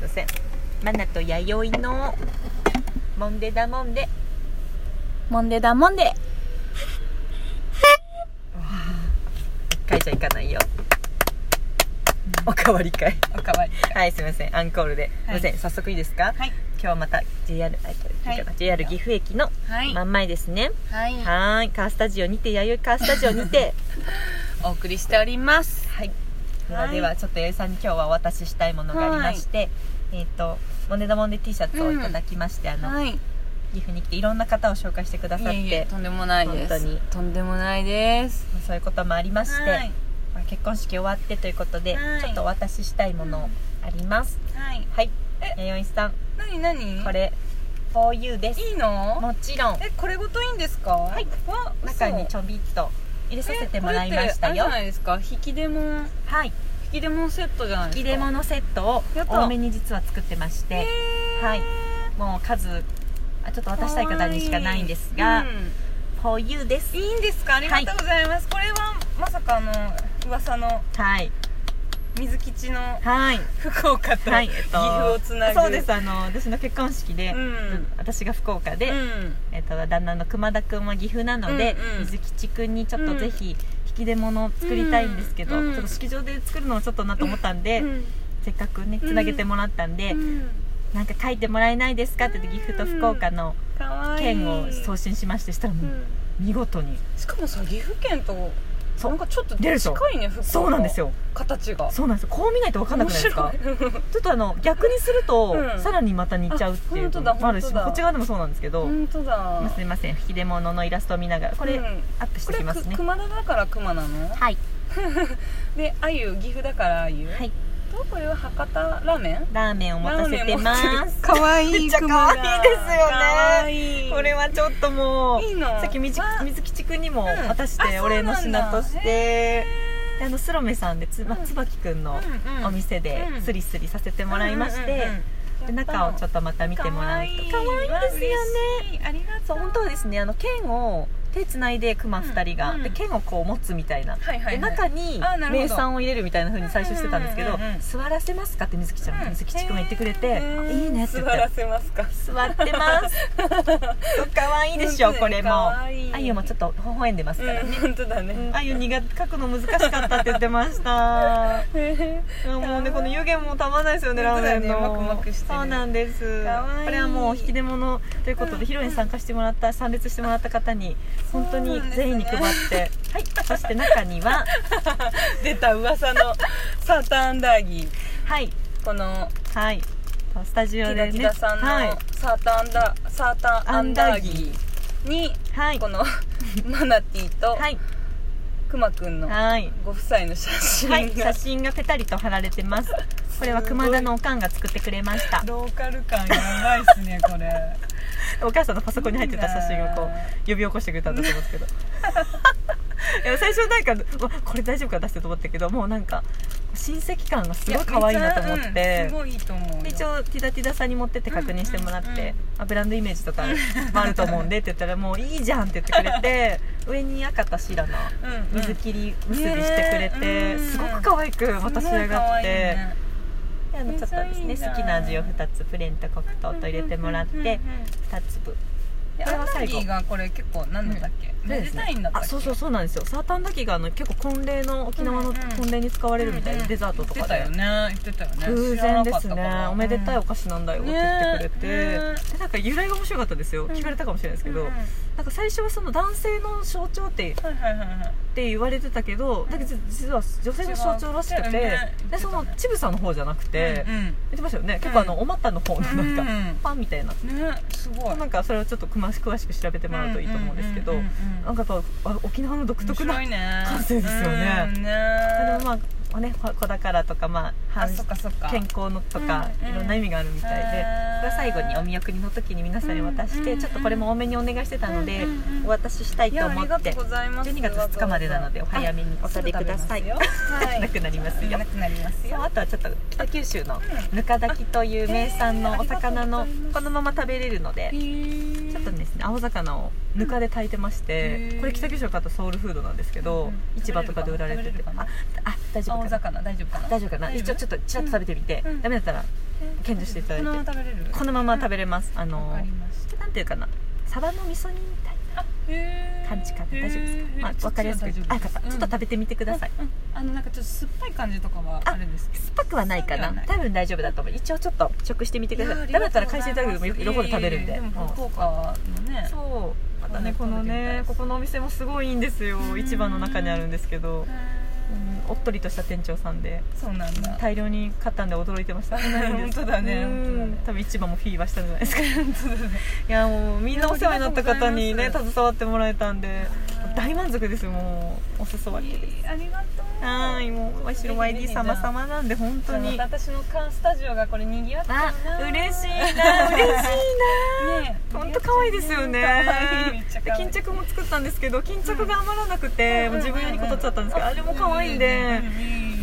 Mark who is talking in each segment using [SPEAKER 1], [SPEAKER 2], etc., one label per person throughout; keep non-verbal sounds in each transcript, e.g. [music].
[SPEAKER 1] ませんマナと弥生のモンデダモンデ
[SPEAKER 2] モンデだもんで
[SPEAKER 1] 一回じゃいかないよおかわり会
[SPEAKER 2] おかわり
[SPEAKER 1] はいすいませんアンコールで、すいません早速いいですか、
[SPEAKER 2] はい
[SPEAKER 1] 今日はまた JR, あ
[SPEAKER 2] はい
[SPEAKER 1] JR 岐阜駅の
[SPEAKER 2] はい
[SPEAKER 1] 真ん前ですね、
[SPEAKER 2] はい
[SPEAKER 1] はーいカースタジオにて弥生カースタジオにて
[SPEAKER 2] お送りしております
[SPEAKER 1] [laughs] はいで
[SPEAKER 2] は
[SPEAKER 1] はいではちょっと弥生さんに今日はお渡ししたいものがありまして、えっ、とモネダモンデ T シャツをいただきまして、あの
[SPEAKER 2] はい
[SPEAKER 1] 岐阜に来ていろんな方を紹介してくださっ
[SPEAKER 2] い
[SPEAKER 1] て
[SPEAKER 2] えいえとんでもないです
[SPEAKER 1] 本当に
[SPEAKER 2] とんでもないです
[SPEAKER 1] まあそういうこともありまして、
[SPEAKER 2] はい
[SPEAKER 1] まあ結婚式終わってということで、
[SPEAKER 2] はい
[SPEAKER 1] ちょっとお渡ししたいものあります、
[SPEAKER 2] はい
[SPEAKER 1] はい
[SPEAKER 2] え
[SPEAKER 1] 弥生さん
[SPEAKER 2] なになに
[SPEAKER 1] これ 4U です
[SPEAKER 2] いいの
[SPEAKER 1] もちろん
[SPEAKER 2] えこれごといいんですか
[SPEAKER 1] い
[SPEAKER 2] わ嘘
[SPEAKER 1] 中にちょびっと入れさせてもらいました
[SPEAKER 2] えこれってあれじゃ
[SPEAKER 1] よ
[SPEAKER 2] ないですか引き出もん
[SPEAKER 1] はい
[SPEAKER 2] 引き出もんセットじゃないですか
[SPEAKER 1] 切れ物セットを
[SPEAKER 2] やった
[SPEAKER 1] 多めに実は作ってまして
[SPEAKER 2] えー
[SPEAKER 1] はいもう数あちょっと渡したい方にしかないんです
[SPEAKER 2] う
[SPEAKER 1] が
[SPEAKER 2] ん
[SPEAKER 1] 4U です
[SPEAKER 2] いいんですかありがとうございます、これはまさかあの噂の
[SPEAKER 1] はい
[SPEAKER 2] 水吉の
[SPEAKER 1] はい
[SPEAKER 2] 福岡と、
[SPEAKER 1] はい、
[SPEAKER 2] [laughs] 岐阜をつなぐ
[SPEAKER 1] そうですあの私の結婚式で、
[SPEAKER 2] うん
[SPEAKER 1] 私が福岡
[SPEAKER 2] う
[SPEAKER 1] で、
[SPEAKER 2] ん
[SPEAKER 1] えっと旦那の熊田君は岐阜なので、
[SPEAKER 2] うんうん
[SPEAKER 1] 水吉君にちょっとぜひ引き出物を作りたいんですけど、
[SPEAKER 2] うん
[SPEAKER 1] ちょっと式場で作るのはちょっとなと思ったんで、
[SPEAKER 2] うん
[SPEAKER 1] せっかくね
[SPEAKER 2] うん
[SPEAKER 1] つなげてもらったんで、
[SPEAKER 2] うん
[SPEAKER 1] なんか書いてもらえないですかって言って岐阜と福岡の
[SPEAKER 2] かわいい
[SPEAKER 1] 県を送信しましてしたら
[SPEAKER 2] う
[SPEAKER 1] もうん見事に
[SPEAKER 2] しかもさ岐阜県と
[SPEAKER 1] そう
[SPEAKER 2] なんかちょっと
[SPEAKER 1] 出るでしょ
[SPEAKER 2] 近いね福岡
[SPEAKER 1] そうなんですよ
[SPEAKER 2] 形が
[SPEAKER 1] そうなんですよこう見ないと分かんなくないですか
[SPEAKER 2] 面白い
[SPEAKER 1] ちょっとあの逆にすると、
[SPEAKER 2] うん
[SPEAKER 1] さらにまた似ちゃうっていうの
[SPEAKER 2] あ本当だ
[SPEAKER 1] もあるし
[SPEAKER 2] 本当だ
[SPEAKER 1] こっち側でもそうなんですけど、
[SPEAKER 2] 本当だ
[SPEAKER 1] まあすいません引き出物のイラストを見ながらこれ、
[SPEAKER 2] うん
[SPEAKER 1] アップし
[SPEAKER 2] こ
[SPEAKER 1] て
[SPEAKER 2] れ
[SPEAKER 1] きます
[SPEAKER 2] く
[SPEAKER 1] ね
[SPEAKER 2] 熊田だから熊なの
[SPEAKER 1] はい
[SPEAKER 2] であゆ岐阜だからあゆ
[SPEAKER 1] はい
[SPEAKER 2] とこれは博多ラーメン
[SPEAKER 1] ラーメンを持
[SPEAKER 2] ラ
[SPEAKER 1] た
[SPEAKER 2] ーメ
[SPEAKER 1] せ
[SPEAKER 2] ン持
[SPEAKER 1] て
[SPEAKER 2] って
[SPEAKER 1] ます
[SPEAKER 2] かわいい
[SPEAKER 1] めっちゃ可愛いですよね
[SPEAKER 2] ね
[SPEAKER 1] これはちょっともう
[SPEAKER 2] いいの
[SPEAKER 1] さっきみち
[SPEAKER 2] わ
[SPEAKER 1] 水吉くんにも
[SPEAKER 2] うん
[SPEAKER 1] 渡し
[SPEAKER 2] あそうなん
[SPEAKER 1] て
[SPEAKER 2] だ
[SPEAKER 1] お礼の品として、であのスロメさんでつ、ま
[SPEAKER 2] うん
[SPEAKER 1] 椿くんのお店で
[SPEAKER 2] うん
[SPEAKER 1] スリスリさせてもらいまして、で中をちょ
[SPEAKER 2] っ
[SPEAKER 1] っとまた見てもらうと可愛いですよね
[SPEAKER 2] ねありがと
[SPEAKER 1] そうう本当はですねあの剣を手つないで熊2人が、
[SPEAKER 2] うんうん
[SPEAKER 1] で剣をこう持つみたいな、
[SPEAKER 2] はいはいはい
[SPEAKER 1] で中に
[SPEAKER 2] あなるほど
[SPEAKER 1] 名産を入れるみたいな風に最初してたんですけど、
[SPEAKER 2] うんうんうんうん
[SPEAKER 1] 座らせますかって水木ちゃん、
[SPEAKER 2] うん
[SPEAKER 1] 水木ちくんが言ってくれて、
[SPEAKER 2] うん
[SPEAKER 1] あいいねって言
[SPEAKER 2] 座
[SPEAKER 1] って
[SPEAKER 2] らせますか
[SPEAKER 1] 座ってますそう可愛いでしょ
[SPEAKER 2] 本当に
[SPEAKER 1] これも
[SPEAKER 2] 可
[SPEAKER 1] あ
[SPEAKER 2] 愛い
[SPEAKER 1] ゆもちょっと微笑んでますから
[SPEAKER 2] うん
[SPEAKER 1] ね、
[SPEAKER 2] 本当だね
[SPEAKER 1] うんあゆ苦書くの難しかったって言ってま
[SPEAKER 2] [laughs]
[SPEAKER 1] した
[SPEAKER 2] へ
[SPEAKER 1] うんもうねこの湯気もたまらないですよねラ
[SPEAKER 2] 本当だ
[SPEAKER 1] ー
[SPEAKER 2] ね
[SPEAKER 1] メンの
[SPEAKER 2] マクマクしてね
[SPEAKER 1] そうなんです
[SPEAKER 2] かわいい
[SPEAKER 1] これはもう引き出物ということ
[SPEAKER 2] うん
[SPEAKER 1] で披露に参加してもらった参列してもらった方に本当
[SPEAKER 2] そう
[SPEAKER 1] に
[SPEAKER 2] なんですね
[SPEAKER 1] 全員に配
[SPEAKER 2] [laughs]
[SPEAKER 1] ってはいそして中には
[SPEAKER 2] ー出た
[SPEAKER 1] [laughs]
[SPEAKER 2] 噂のサーターアンダーギー
[SPEAKER 1] はい
[SPEAKER 2] この
[SPEAKER 1] はいスタジオ
[SPEAKER 2] 木
[SPEAKER 1] で
[SPEAKER 2] 田
[SPEAKER 1] ね
[SPEAKER 2] 木田さん
[SPEAKER 1] はい
[SPEAKER 2] のサーターアンダーサーターアンダーギーに
[SPEAKER 1] はい
[SPEAKER 2] このマナティーと
[SPEAKER 1] はい
[SPEAKER 2] くまくんの
[SPEAKER 1] はい
[SPEAKER 2] ご夫妻の写真が、
[SPEAKER 1] はい、写真がペタリと貼られてます。これは熊田のおかんが作ってくれました。
[SPEAKER 2] ローカル感やばいっすねこれ
[SPEAKER 1] [laughs] お母さんのパソコンに入ってた写真をこう呼び起こしてくれたんだと思うんですけど。 [laughs] いや最初なんかうわこれ大丈夫か出してと思ったけどもうなんか親戚感がすごい可愛いなと思っ
[SPEAKER 2] やめちゃう
[SPEAKER 1] て
[SPEAKER 2] んす。ごいいいと思うよ
[SPEAKER 1] で一応ティダティダさんに持ってって確認してもらって、
[SPEAKER 2] うんうんうん
[SPEAKER 1] あブランドイメージとかもあると思うんでって言ったらもういいじゃんって言ってくれて上に赤と白の
[SPEAKER 2] うんうん
[SPEAKER 1] 水切り結びしてくれて、
[SPEAKER 2] ねえうん
[SPEAKER 1] すごく可愛くまた仕上がって。であの
[SPEAKER 2] め
[SPEAKER 1] ちょ
[SPEAKER 2] っ
[SPEAKER 1] っ
[SPEAKER 2] ち
[SPEAKER 1] と
[SPEAKER 2] ゃいいな
[SPEAKER 1] ですね好きな味を2つプレーンと黒糖と入れてもらって2粒
[SPEAKER 2] で
[SPEAKER 1] これ
[SPEAKER 2] ア
[SPEAKER 1] は
[SPEAKER 2] ナ
[SPEAKER 1] 最後
[SPEAKER 2] ギーがこれ結構何だったっけ、めでたいんだったっ
[SPEAKER 1] あ
[SPEAKER 2] け
[SPEAKER 1] そうそうそうなんですよサーターアンダギーがあの結構婚礼の沖縄
[SPEAKER 2] う
[SPEAKER 1] の
[SPEAKER 2] んうん
[SPEAKER 1] 婚礼に使われるみたいで、デザートとかで
[SPEAKER 2] 言ってたよね言ってたよね
[SPEAKER 1] 偶然です
[SPEAKER 2] 知らなかったか
[SPEAKER 1] ね
[SPEAKER 2] ら
[SPEAKER 1] おめでたいお菓子なんだよって言ってくれて、
[SPEAKER 2] ねえ
[SPEAKER 1] でなんか由来が面白かったですよ
[SPEAKER 2] ん
[SPEAKER 1] 聞かれたかもしれないですけど、
[SPEAKER 2] うんうん
[SPEAKER 1] なんか最初はその男性の象徴って
[SPEAKER 2] はいはいはいはい
[SPEAKER 1] って言われてたけどだけど実は女性の象徴らしくて、
[SPEAKER 2] 違うね
[SPEAKER 1] でそのちぶさの方じゃなくて、
[SPEAKER 2] う
[SPEAKER 1] 言
[SPEAKER 2] ん
[SPEAKER 1] ってましたよね結構あのお股の方のなんか、
[SPEAKER 2] うんうん
[SPEAKER 1] パンみたいな
[SPEAKER 2] うんねすごい
[SPEAKER 1] なんかそれをちょっと詳し詳しく調べてもらうといいと思うんですけど、
[SPEAKER 2] うんうんうんうん
[SPEAKER 1] なんかやっぱあ沖縄の独
[SPEAKER 2] 面
[SPEAKER 1] 特な、
[SPEAKER 2] 白いね
[SPEAKER 1] 感性ですよね
[SPEAKER 2] うんね
[SPEAKER 1] でもまあおね子子宝とかまあ
[SPEAKER 2] あ
[SPEAKER 1] 反
[SPEAKER 2] そっかそっか
[SPEAKER 1] 健康のとか、
[SPEAKER 2] うんうん
[SPEAKER 1] いろんな意味があるみたいで、
[SPEAKER 2] へー
[SPEAKER 1] これ最後にお見送りの時に皆さんに渡して、
[SPEAKER 2] うんうんうん
[SPEAKER 1] ちょっとこれも多めにお願いしてたので、
[SPEAKER 2] うんうんうん
[SPEAKER 1] お渡ししたい
[SPEAKER 2] い
[SPEAKER 1] と
[SPEAKER 2] やあ
[SPEAKER 1] 思
[SPEAKER 2] り
[SPEAKER 1] っ
[SPEAKER 2] がと
[SPEAKER 1] て
[SPEAKER 2] うございます
[SPEAKER 1] 12月2日までなのでお早めにお食べください
[SPEAKER 2] あすぐ食べますよ
[SPEAKER 1] なくなります
[SPEAKER 2] はい
[SPEAKER 1] よ
[SPEAKER 2] なくなります
[SPEAKER 1] そう
[SPEAKER 2] よ
[SPEAKER 1] あとはちょっと北九州の
[SPEAKER 2] う
[SPEAKER 1] ぬか炊きという名産のお魚
[SPEAKER 2] へーあ
[SPEAKER 1] の
[SPEAKER 2] りがとうございます
[SPEAKER 1] このまま食べれるので、ち
[SPEAKER 2] ち
[SPEAKER 1] ょっとですね青魚をぬかで炊いてまして、
[SPEAKER 2] うん
[SPEAKER 1] これ北九州の方ソウルフードなんですけど、
[SPEAKER 2] うんうん
[SPEAKER 1] 市場とかで売られて
[SPEAKER 2] 食べれ
[SPEAKER 1] て
[SPEAKER 2] るかな
[SPEAKER 1] ああ大丈夫
[SPEAKER 2] 青
[SPEAKER 1] かな
[SPEAKER 2] 魚大丈夫かな
[SPEAKER 1] 大丈夫かな一応ちょっとちらっと食べてみて、
[SPEAKER 2] うん
[SPEAKER 1] ダメだったら献上していただいて
[SPEAKER 2] このまま食べれる
[SPEAKER 1] このまま食べれます、あ
[SPEAKER 2] わ
[SPEAKER 1] の
[SPEAKER 2] かりました
[SPEAKER 1] なんていうかなサバの味噌煮みたい
[SPEAKER 2] あへー
[SPEAKER 1] な感じかな大丈夫ですか
[SPEAKER 2] へ、ー
[SPEAKER 1] まあ、分かりやすく
[SPEAKER 2] ちょっと
[SPEAKER 1] あよかったちょっと食べてみてください、
[SPEAKER 2] うんうんあのなんかちょっと酸っぱい感じとかはあるんですけど
[SPEAKER 1] 酸っぱくはないかな
[SPEAKER 2] 酸っぱくは
[SPEAKER 1] 多分大丈夫だと思う一応ちょっと食してみてください
[SPEAKER 2] い
[SPEAKER 1] ダメ
[SPEAKER 2] や
[SPEAKER 1] だったら
[SPEAKER 2] あり
[SPEAKER 1] 海鮮
[SPEAKER 2] が
[SPEAKER 1] だ
[SPEAKER 2] とう
[SPEAKER 1] け
[SPEAKER 2] ご
[SPEAKER 1] で
[SPEAKER 2] ざ
[SPEAKER 1] も
[SPEAKER 2] い
[SPEAKER 1] 横で
[SPEAKER 2] ます
[SPEAKER 1] 食べるんで
[SPEAKER 2] いえいえいえも
[SPEAKER 1] うん
[SPEAKER 2] 福岡のね
[SPEAKER 1] そうまたねこ
[SPEAKER 2] こんな
[SPEAKER 1] の
[SPEAKER 2] 食べてみたい
[SPEAKER 1] ねここのお店もすごいいいんですよ
[SPEAKER 2] うん
[SPEAKER 1] 市場の中にあるんですけど
[SPEAKER 2] へ
[SPEAKER 1] うんおっとりとした店長さんで
[SPEAKER 2] ーそうなんだ
[SPEAKER 1] 大量に買ったんで驚いてま [laughs] した
[SPEAKER 2] 本当だね
[SPEAKER 1] うん
[SPEAKER 2] 本当だね
[SPEAKER 1] 多分市場もフィーバーしたんじゃないですかい
[SPEAKER 2] 本当だね
[SPEAKER 1] やもうみんなお世話になった方に
[SPEAKER 2] あ
[SPEAKER 1] ね [laughs]
[SPEAKER 2] りがとう
[SPEAKER 1] 携わってもらえたんで
[SPEAKER 2] はい
[SPEAKER 1] 大満足ですもうお裾分けです
[SPEAKER 2] [laughs] いいありがとう
[SPEAKER 1] はーいもうお城 YD 様様なんで本当に
[SPEAKER 2] じゃあまた私の缶スタジオがこれ賑わってる
[SPEAKER 1] あ
[SPEAKER 2] な
[SPEAKER 1] 嬉しい
[SPEAKER 2] ね
[SPEAKER 1] な嬉しいな
[SPEAKER 2] え
[SPEAKER 1] [laughs] 本当可愛いですよね
[SPEAKER 2] 可愛いめっちゃ可愛い
[SPEAKER 1] 巾着も作ったんですけど巾着が余らなくて、もう自分用にこ取っちゃったんですけど、あれも可愛いんで、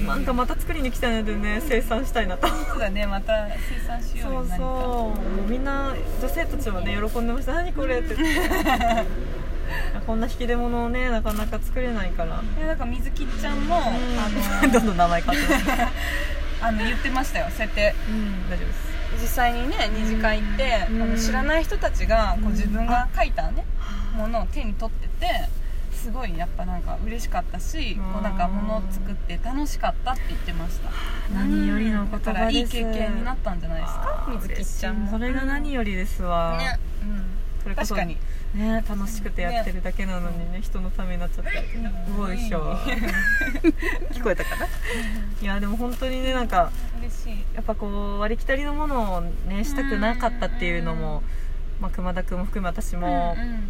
[SPEAKER 1] なんかまた作りに来たのでね生産したいなと。
[SPEAKER 2] そうだねまた生産しよう
[SPEAKER 1] そ
[SPEAKER 2] よ
[SPEAKER 1] うそう
[SPEAKER 2] 何か
[SPEAKER 1] もうみんな女性たちはね喜んでました何こ [laughs] れって言ってこんな引き出物をねなかなか作れないから
[SPEAKER 2] いやなんか水木ちゃんもあ
[SPEAKER 1] ど
[SPEAKER 2] の
[SPEAKER 1] んどん名前変わってます、
[SPEAKER 2] あの言ってましたよそうやって
[SPEAKER 1] うん、大丈夫です
[SPEAKER 2] 実際にね二次会行ってあ
[SPEAKER 1] うん
[SPEAKER 2] の知らない人たちがこ
[SPEAKER 1] うん
[SPEAKER 2] う自分が書いたねものを手に取っててすごいやっぱなんか嬉しかったし
[SPEAKER 1] うん
[SPEAKER 2] こうなんかものを作って楽しかったって言ってました
[SPEAKER 1] 何よりの言
[SPEAKER 2] だから
[SPEAKER 1] 葉
[SPEAKER 2] い
[SPEAKER 1] で
[SPEAKER 2] い
[SPEAKER 1] す
[SPEAKER 2] 経験になったんじゃないですか水木ちゃんも
[SPEAKER 1] それが何よりですわ、
[SPEAKER 2] ね
[SPEAKER 1] それこ
[SPEAKER 2] 確
[SPEAKER 1] そ
[SPEAKER 2] かに
[SPEAKER 1] ね楽しくてやってるだけなのにね人のためになっちゃってうおいしょ聞こえたかないやでも本当にねなんか
[SPEAKER 2] 嬉しい
[SPEAKER 1] やっぱこう割りきたりのものをねしたくなかったっていうのも、まあ、熊田君も含め私も、
[SPEAKER 2] うんうん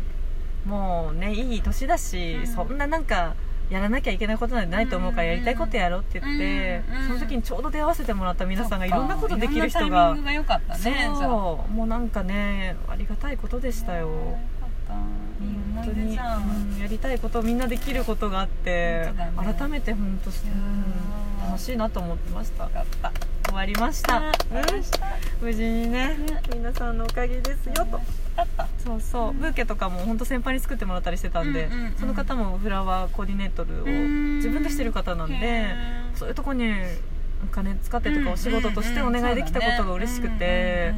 [SPEAKER 1] もうねいい年だし、
[SPEAKER 2] うん
[SPEAKER 1] そんななんかやらなきゃいけないことなんてないと思うから
[SPEAKER 2] うん
[SPEAKER 1] やりたいことやろうって言って、
[SPEAKER 2] うんうん
[SPEAKER 1] その時にちょうど出会わせてもらった皆さんがいろんなことできる人
[SPEAKER 2] いろんなタイ
[SPEAKER 1] が
[SPEAKER 2] ミングが良かったねじゃあよ
[SPEAKER 1] そうもうなんかねありがたいことでしたよ、
[SPEAKER 2] かったいい思い出じゃん、
[SPEAKER 1] うんやりたいことみんなできることがあって、
[SPEAKER 2] 本当だね
[SPEAKER 1] 改めて本当、うん、楽しいなと思ってました
[SPEAKER 2] よかった
[SPEAKER 1] 終わりました、うん無事にね
[SPEAKER 2] ね
[SPEAKER 1] 皆さんのおかげですよと
[SPEAKER 2] あった
[SPEAKER 1] そうそうブーケとかも本当先輩に作ってもらったりしてたんで、
[SPEAKER 2] うんうんうん
[SPEAKER 1] その方もフラワーコーディネートルを
[SPEAKER 2] うん
[SPEAKER 1] 自分でしてる方なんでそういうとこにお金使ってとかお仕事としてお願いできたことが嬉しくて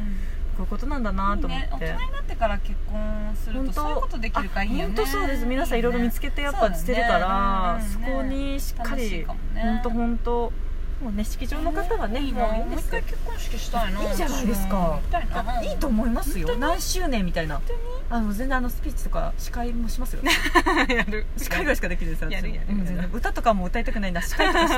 [SPEAKER 1] こういうことなんだなと思って。
[SPEAKER 2] 大人になってから結婚する
[SPEAKER 1] 本
[SPEAKER 2] と
[SPEAKER 1] 当
[SPEAKER 2] そういうことできるからいいよね
[SPEAKER 1] 本当そうです皆さんいろいろ見つけてやっぱしてるからそ,、こにしっかり本当本当もうね式場の方はね、
[SPEAKER 2] いい
[SPEAKER 1] も
[SPEAKER 2] な
[SPEAKER 1] ういいん
[SPEAKER 2] もう
[SPEAKER 1] で
[SPEAKER 2] 一
[SPEAKER 1] すよ
[SPEAKER 2] 回結婚式したいない
[SPEAKER 1] いじゃないですか
[SPEAKER 2] みたいない
[SPEAKER 1] いと思いますよ
[SPEAKER 2] 本当
[SPEAKER 1] 何周年みたいなあの全然あのスピーチとか司会もしますよ
[SPEAKER 2] やる
[SPEAKER 1] [laughs] 司会ぐらいしかできないですよ
[SPEAKER 2] やるやる
[SPEAKER 1] うん全然歌とかも歌いたくないな司会とか [laughs] し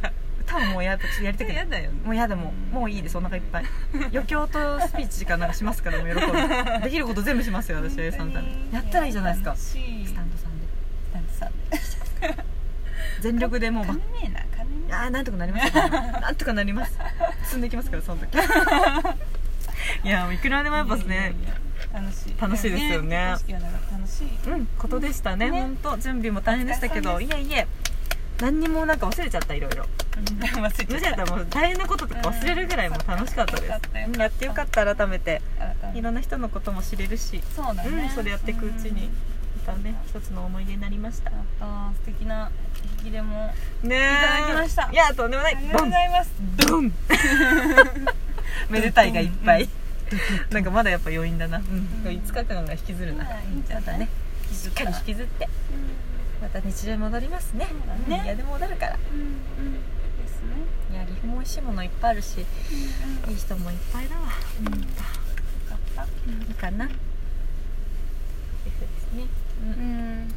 [SPEAKER 1] た歌もうやっぱやりたくな
[SPEAKER 2] や
[SPEAKER 1] い
[SPEAKER 2] だよね
[SPEAKER 1] もうやだもうもういいですお腹いっぱい余興とスピーチかなんかします [laughs] からもう喜ぶできること全部しますよ私 A さんためやったらいいじゃないですか
[SPEAKER 2] ス
[SPEAKER 1] スタ
[SPEAKER 2] タン
[SPEAKER 1] ンドさんで
[SPEAKER 2] ドさん
[SPEAKER 1] [laughs] 全力でもうば
[SPEAKER 2] 金ねえな金ねえ
[SPEAKER 1] あーなんとかなり [laughs] ますよなんとかなります進んでいきますからその [laughs] 時いやもういくらでもやっぱ
[SPEAKER 2] いやいや
[SPEAKER 1] ね
[SPEAKER 2] いや楽しい
[SPEAKER 1] 楽しいですよね
[SPEAKER 2] 結婚式はだから
[SPEAKER 1] [laughs]
[SPEAKER 2] 楽しい
[SPEAKER 1] うんことでしたね
[SPEAKER 2] ね
[SPEAKER 1] 本当準備も大変でしたけ
[SPEAKER 2] お
[SPEAKER 1] どいえいえ何にもなんか忘れちゃったいろいろ
[SPEAKER 2] 忘れ
[SPEAKER 1] 無事
[SPEAKER 2] ちゃ
[SPEAKER 1] やっ
[SPEAKER 2] っ
[SPEAKER 1] たたらもう大変なこととか忘れるぐらいもう楽しかったで
[SPEAKER 2] うんよかったよかっ
[SPEAKER 1] す
[SPEAKER 2] た
[SPEAKER 1] やってよかった改めて
[SPEAKER 2] 改め
[SPEAKER 1] い
[SPEAKER 2] て
[SPEAKER 1] ろんな人のことも知れるし
[SPEAKER 2] そうだ
[SPEAKER 1] うん
[SPEAKER 2] ね
[SPEAKER 1] それやっていくうちに
[SPEAKER 2] ん
[SPEAKER 1] またね一つの思い出になりましたね
[SPEAKER 2] あと素敵な引き出も
[SPEAKER 1] えい
[SPEAKER 2] ただきました
[SPEAKER 1] いやとんでもな
[SPEAKER 2] あ
[SPEAKER 1] い
[SPEAKER 2] り
[SPEAKER 1] ド
[SPEAKER 2] がとうご
[SPEAKER 1] ン
[SPEAKER 2] ざいます
[SPEAKER 1] ドン [laughs] めでたいがいっぱいなんかまだやっぱ余韻だな、うん、5日間が引きずるな、
[SPEAKER 2] はいいいんじゃない
[SPEAKER 1] またねしっかり引きずってまた日常に戻りますね
[SPEAKER 2] そうだね
[SPEAKER 1] いやでも戻るから
[SPEAKER 2] うんうんです
[SPEAKER 1] い
[SPEAKER 2] ね
[SPEAKER 1] や岐阜も美味しいものいっぱいあるしいい人もいっぱいだわ
[SPEAKER 2] うんうんよかった
[SPEAKER 1] いいかな岐阜ですね
[SPEAKER 2] うん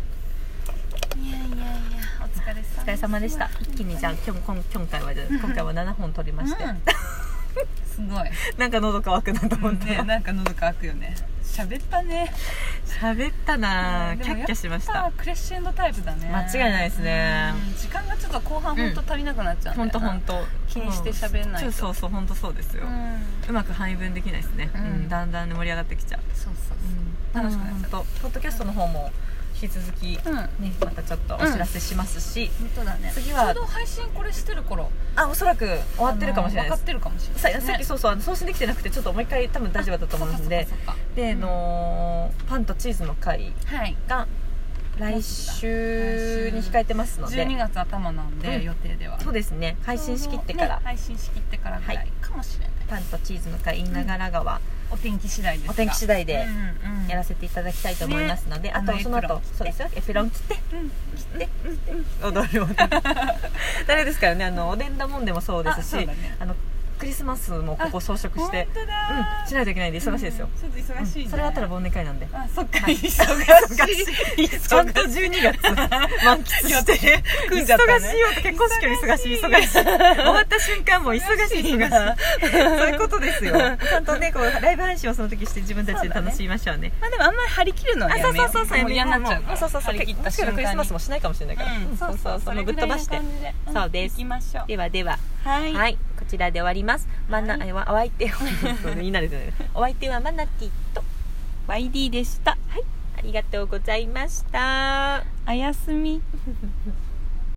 [SPEAKER 2] いやいやいやお疲れ様
[SPEAKER 1] お疲れ様でした一気にじゃあ今日今今回はじゃあ今回は7本取りまして、
[SPEAKER 2] うんすごい
[SPEAKER 1] なんか喉乾くなと思っ
[SPEAKER 2] ね
[SPEAKER 1] て、
[SPEAKER 2] なんか喉乾くよね喋ったね
[SPEAKER 1] 喋ったなあキ
[SPEAKER 2] でも
[SPEAKER 1] ャッ
[SPEAKER 2] やっ
[SPEAKER 1] キャしまし
[SPEAKER 2] ぱ
[SPEAKER 1] た
[SPEAKER 2] クレッシェンドタイプだね
[SPEAKER 1] 間違いないですね
[SPEAKER 2] うん時間がちょっと後半本当足りなくなっちゃう
[SPEAKER 1] 本当本
[SPEAKER 2] 当
[SPEAKER 1] 当
[SPEAKER 2] 気にして喋んないと
[SPEAKER 1] うんそうそうそう本当そうですよ、うまく配分できないですね、
[SPEAKER 2] うん
[SPEAKER 1] うんだんだんね盛り上がってきちゃう、
[SPEAKER 2] そうそう
[SPEAKER 1] 楽しく
[SPEAKER 2] うん
[SPEAKER 1] 本当ポッドキャストの方も引き続き、
[SPEAKER 2] そううん本
[SPEAKER 1] ね、またちょっとお知らせしますし、
[SPEAKER 2] 当だね
[SPEAKER 1] 次は
[SPEAKER 2] ちょうど配信これしてる頃
[SPEAKER 1] あおそらく終わってるかもしれない
[SPEAKER 2] あ
[SPEAKER 1] で
[SPEAKER 2] の分かっ
[SPEAKER 1] す
[SPEAKER 2] てるかもしれ
[SPEAKER 1] さ
[SPEAKER 2] ない
[SPEAKER 1] さっきそうそうあの送信できてなくてちょっともう一回多分大丈夫だったと思うんで
[SPEAKER 2] そっかそっか
[SPEAKER 1] で、あのーパンとチーズの会
[SPEAKER 2] そっかはい
[SPEAKER 1] が来週に控えてますので
[SPEAKER 2] 12月頭なん
[SPEAKER 1] うん
[SPEAKER 2] で予定では
[SPEAKER 1] そうですね配信しきってから
[SPEAKER 2] ね配信しきってからぐら
[SPEAKER 1] はい
[SPEAKER 2] いかもしれない
[SPEAKER 1] パンとチーズの会 in 長良川、
[SPEAKER 2] お天気次第ですが
[SPEAKER 1] お天気次第で
[SPEAKER 2] うんうんうん
[SPEAKER 1] やらせていただきたいと思いますので、
[SPEAKER 2] ね
[SPEAKER 1] あとその
[SPEAKER 2] あのエプロ
[SPEAKER 1] 後
[SPEAKER 2] ン着て
[SPEAKER 1] そうですよエプロン着て
[SPEAKER 2] うん
[SPEAKER 1] 着て踊りをね [laughs] 誰ですからねあのおでんだもんでもそうですし
[SPEAKER 2] あそうだね
[SPEAKER 1] あのクリスマスもここ装飾して
[SPEAKER 2] 本当だ
[SPEAKER 1] うんしないといけないんで忙しいですよ、
[SPEAKER 2] うんちょっと
[SPEAKER 1] うん
[SPEAKER 2] 忙しいね
[SPEAKER 1] それだったら忘年会なんで
[SPEAKER 2] あそっか忙しい
[SPEAKER 1] [laughs] ちゃんと12月満喫して
[SPEAKER 2] 組んじゃったね
[SPEAKER 1] 忙しいよって結婚式より忙しい忙しい終わった瞬間も忙しい忙しいそういうことですよちゃんとねこ [laughs] うライブ配信をその時して自分たちで楽しみましょうね
[SPEAKER 2] まあでもあんまり張り切るのは
[SPEAKER 1] あ
[SPEAKER 2] や
[SPEAKER 1] そう
[SPEAKER 2] めよ
[SPEAKER 1] そうそうそう
[SPEAKER 2] もう嫌になっちゃう
[SPEAKER 1] もそうそうそう
[SPEAKER 2] 張り切った
[SPEAKER 1] もしかしたら
[SPEAKER 2] 瞬間に
[SPEAKER 1] クリスマスもしないかもしれないから、
[SPEAKER 2] うんそうそうそ
[SPEAKER 1] も
[SPEAKER 2] れ
[SPEAKER 1] うぶっ
[SPEAKER 2] ぐ
[SPEAKER 1] 飛
[SPEAKER 2] らいの
[SPEAKER 1] ばして
[SPEAKER 2] 感じでうん
[SPEAKER 1] そうです
[SPEAKER 2] 行きましょう
[SPEAKER 1] ではでは
[SPEAKER 2] はい
[SPEAKER 1] はい、こちらで終わります。マナ、
[SPEAKER 2] は
[SPEAKER 1] えわお相手は、 [laughs] そうね言い慣れてない。 [laughs] お相手はマナティと、
[SPEAKER 2] YD でした
[SPEAKER 1] ありがとうございました。
[SPEAKER 2] おやすみ